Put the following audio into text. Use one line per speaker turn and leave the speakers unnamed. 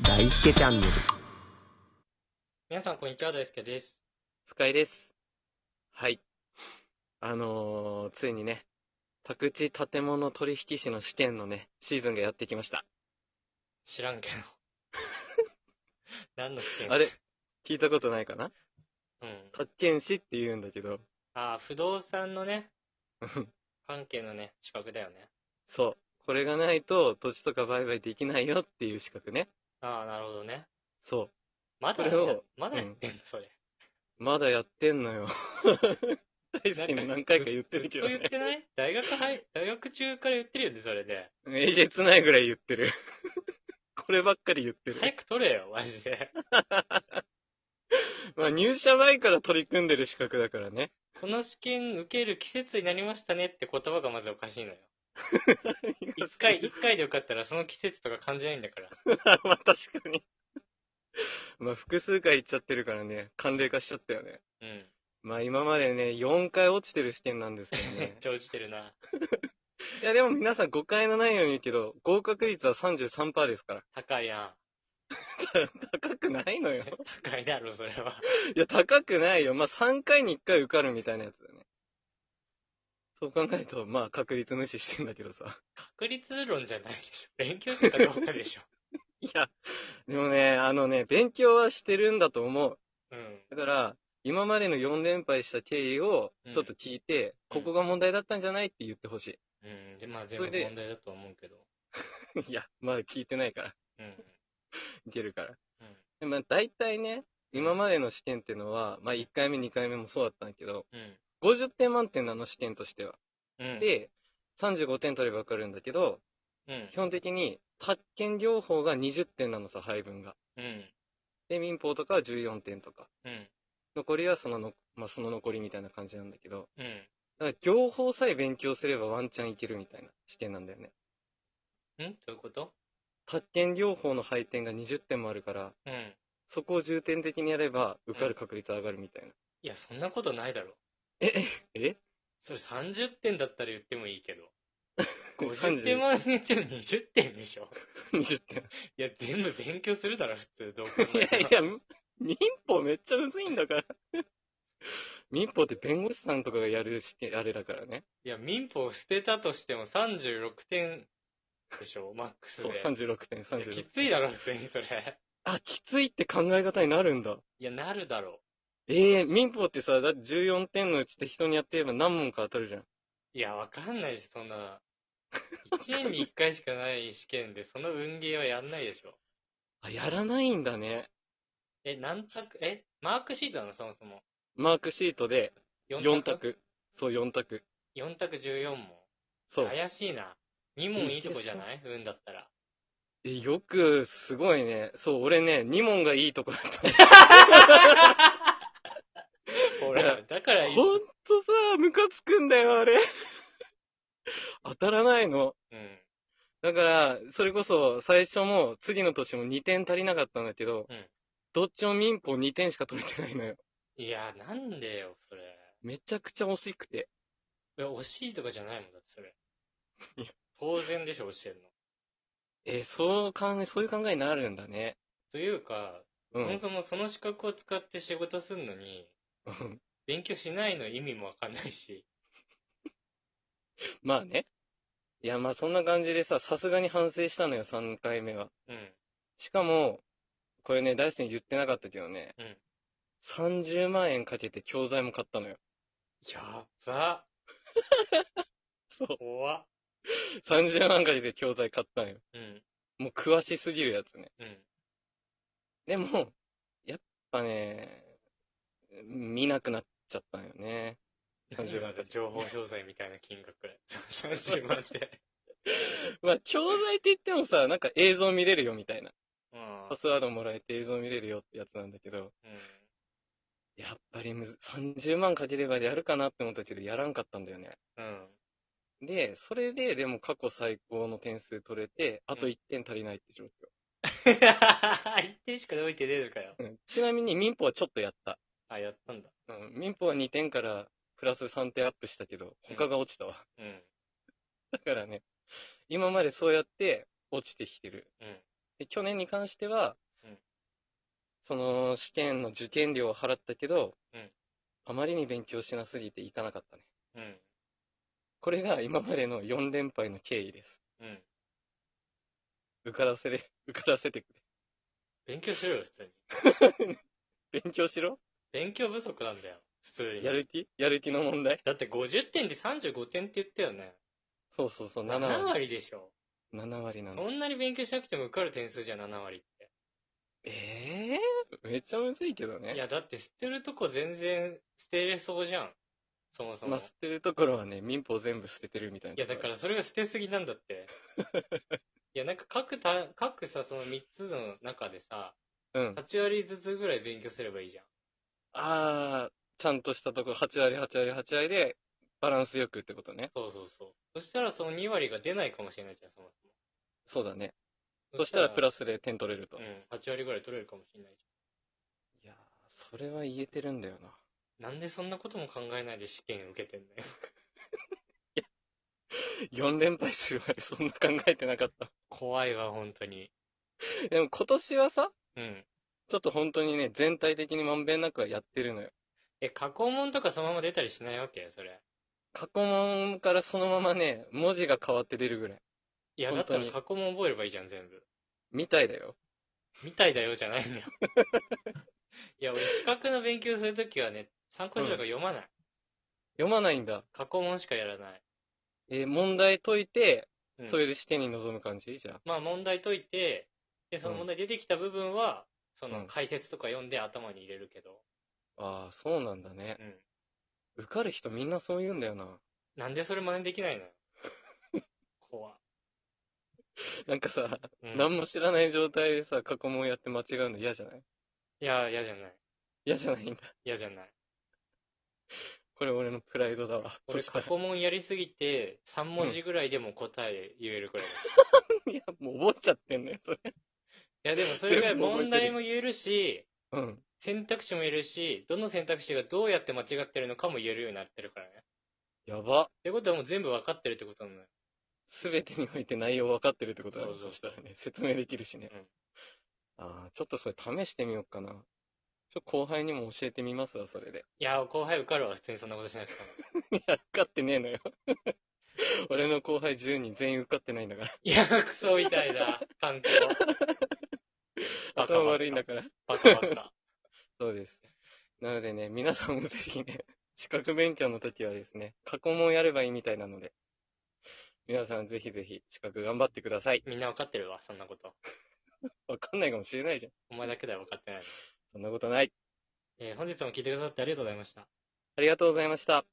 大輔チャンネル
皆さん、こんにちは。大輔です。
深井です。はい。あのー、ついにね、宅地建物取引士の試験のね、シーズンがやってきました。
知らんけど。何の試験
あれ聞いたことないかな
うん。
宅建士って言うんだけど、
ああ、不動産のね、
うん
関係のね、資格だよね。
そう。これがないと土地とか売買できないよっていう資格ね。
ああ、なるほどね。
そ
まだ
これを、
まだやってんの、それ。
う。まだやってん のよ。大好きに何回か 言ってるけど
ずっと言っ
ね。
てない大学入、大学中から言ってるよね、それで。
えげつないぐらい言ってる。 こればっかり言ってる。
早く取れよ、マジで。
まあ入社前から取り組んでる資格だからね。
この試験受ける季節になりましたねって言葉がまずおかしいのよ。一回、一回で受かったらその季節とか感じないんだから。
あ まあ確かに。まあ複数回行っちゃってるからね、寒冷化しちゃったよね。
うん。
まあ今までね、4回落ちてる試験なんですけど
めっ
ね。
ちゃ落ちてるな。
いやでも皆さん誤解のないように言うけど、合格率は33%ですから。
高いや
高くないのよ
ん。。高いだろ、それは。
いや高くないよ。まあ3回に1回受かるみたいなやつだね。そう考えると、まあ確率無視してんだけどさ。
確率論じゃないでしょ。勉強してたかどうかで しょ。
いや、でもね、あのね、勉強はしてるんだと思う。
うん。
だから、今までの4連敗した経緯をちょっと聞い
う
て、
ん
ここが問題だったんじゃないって言ってほし
うん。で、まあ全
そ
部
れで
問題だと思うけど。
い。 いや、まあ聞いてないから、
うん。
いけるから。
うん。
でまあ大体ね、今までの試験っていうのは、まあ1回目、2回目もそうだったんだけど、
うん。
50点満点なの試験としては。
うん。
で、35点取ればわかるんだけど、
うん
基。本的に、宅建業法が20点なのさ、配分が。
うん。
で、民法とかは14点とか。
うん。
残りはそのの、まあその残りみたいな感じなんだけど、
うん。
だから業法さえ勉強すればワンチャンいけるみたいな試験なんだよね。
うんどういうこと
宅建業法の配点が20点もあるから、
うん。
そこを重点的にやれば受かる確率上がるみたいな。
いや、そんなことないだろ。
え、え
それ30点だったら言ってもいいけど。50点
30
満点中20点で しょ。
?20 点。
いや、全部勉強するだろ、普通、どう考
い
え
や
て
い
も。
や、民法めっちゃむずいんだから。民法って弁護士さんとかがやる試験、あれだからね。
いや、民法捨てたとしても36点でしょ、マックス
そう、
で。
36点、
いや
36
き
点。
ついだろ、普通にそれ。
あ、きついって考え方になるんだ。
いや、なるだろ。
ええ民法ってさ、だって14点のうち適当にやってれば何問か当たるじゃん。
いや、わかんないし、そんな。1年に1回しかない試験で、その運ゲーはやんないでしょ。
あ、やらないんだね。
え、何択え、マークシートなの、そもそも。
マークシートで4。択。そう、4択。
4択14問。
そう。
怪しいな。2問いいとこじゃない運だったら。
え、よく、すごいね。そう、俺ね、2問がいいとこだった。
ほら、 だからいい。
ほんとさ、ムカつくんだよ、あれ。 当たらないの。
うん。
だから、それこそ、最初も、次の年も2点足りなかったんだけど、
うん
どっちも民法2点しか取れてないのよ。
いや、なんでよ、それ。
めちゃくちゃ惜しくて。
いや、惜しいとかじゃないもんだって、それ
いや。
当然でしょ、教えるの。
えーそう考え、そういう考えになるんだね。
というか、
う
そも
ん。
そもその資格を使って仕事すんのに、
うん
勉強しないの意味もわかんないし。
まあね。いや、まあそんな感じでさ、さすがに反省したのよ、3回目は。
うん。
しかも、これね、大輔に言ってなかったけどね、
うん
30万円かけて教材も買ったのよ。
やば。
そう。
怖っ。
30万かけて教材買ったのよ。
うん。
もう詳しすぎるやつね。
うん。
でも、やっぱね、見なくなっちゃったのよね。30万
なんか 情報商材みたいな金額。30万って。
まあ、教材って言ってもさ、なんか映像見れるよみたいな。
うん。
パスワードもらえて映像見れるよってやつなんだけど、
うん。
やっぱりむず、30万かければやるかなって思ったけど、やらんかったんだよね。
うん。
で、それで、でも過去最高の点数取れて、あと1点足りないって状況。
一点しか動いてねえのかよ。
うんちなみに民法はちょっとやった。
あ、やったんだ。
うん、民法は2点からプラス3点アップしたけど、他が落ちたわ。
うん。
だからね、今までそうやって落ちてきてる。
うん。
で去年に関しては、その試験の受験料を払ったけど、
うん
あまりに勉強しなすぎて行かなかったね。
うん。
これが今までの4連敗の経緯です。
うん。
受からせれ、受からせてく
勉強しろよ、普通に。
れ。勉強しろ
勉強不足なんだよ、普通に。
やる気やる気の問題
だって50点で35点って言ったよね。
そうそうそう、7
7
割。
割でしょ。
7割なの。
そんなに勉強しなくても受かる点数じゃん7割って。
ええー、めっちゃむずいけどね。
いや、だって捨てるとこ全然捨てれそうじゃん。そもそも。
まあ、捨てるところはね、民法全部捨ててるみたいな。
いや、だからそれが捨てすぎなんだ って。いや、なんか各た、各さ、その3つの中でさ、
ら。うん。
8割ずつぐらい勉強すればいいじゃん。
あー、ちゃんとしたとこ、8割、8割、8割で、バランスよくってことね。
そうそうそう。そしたらその2割が出ないかもしれないじゃん、そもそも。
そうだね。そしたらプ
ラ
ラスで点取れると。
う
い
ん、8割ぐらい取れるかもしれないじ
やー、それは言えてるんだよな。
ゃん。なんでそんなことも考えないで試験受けてんだよ。
4連敗するまで そんな考えてなかった。
怖いわ、本当に。
でも今年はさ、
うん。
ちょっと本当にね、全体的にまんべんなくはやってるのよ。
え、過去問とかそのまま出たりしないわけそれ。
過去問からそのままね、文字が変わって出るぐらい。
いや、だ
本
った
当
ら
に
過去問覚えればいいじゃん、全部。
みたいだよ。
みたいだよ、じゃないん だよ。いや、俺、資格の勉強するときはね、参考書とか読まない。
読まないんだ。
過去問しかやらない。
えー問題解いて、
うん
それで試験に臨む感じ、じゃあ。
まあ、問題解いて、で、その問題出てきた部分は、そうの
ん
解説とか読んで頭に入れるけど。
ああ、そうなんだね。
うん。
受かる人みんなそう言うんだよな。
なんでそれ真似できないのよ。怖。
なんかさ、
うん
何も知らない状態でさ、過去問やって間違うの嫌じゃない
いや、嫌じゃない。
嫌じゃないんだ。
嫌じゃない。
これ俺のプライドだわ。
俺、
そした
過
ら
去問やりすぎて、3文字ぐらいでも答え言えるくらいだ。
いや、もう覚えちゃってんだよ、それ。
いや、でもそれぐらい
全部覚えて
問
る
題も言えるし、
うん。
選択肢も言えるし、どの選択肢がどうやって間違ってるのかも言えるようになってるからね。っ
やば。
てことはもう全部分かってるってことなのよ。
すべてにおいて内容分かってるってことだね。
そうそう
したらね、説明できるしね。ああ、ちょっとそれ試してみようかな。ちょ、後輩にも教えてみますわ、それで。
いや、後輩受かるわ、普通にそんなことしなくても。
いや、受かってねえのよ。 俺の後輩10人全員受かってないんだから。
いや、クソみたいだ、環境。バカ
頭悪いんだから。
バカバカ。
そうです。なのでね、皆さんもぜひね、 資格勉強の時はですね、過去問やればいいみたいなので、皆さんぜひぜひ資格頑張ってください。
みんな分かってるわ、そんなこと。
わかんないかもしれないじゃん。
お前だけだよ、分かってないの。
そんなことない。
えー本日も聞いてくださってありがとうございました。
ありがとうございました。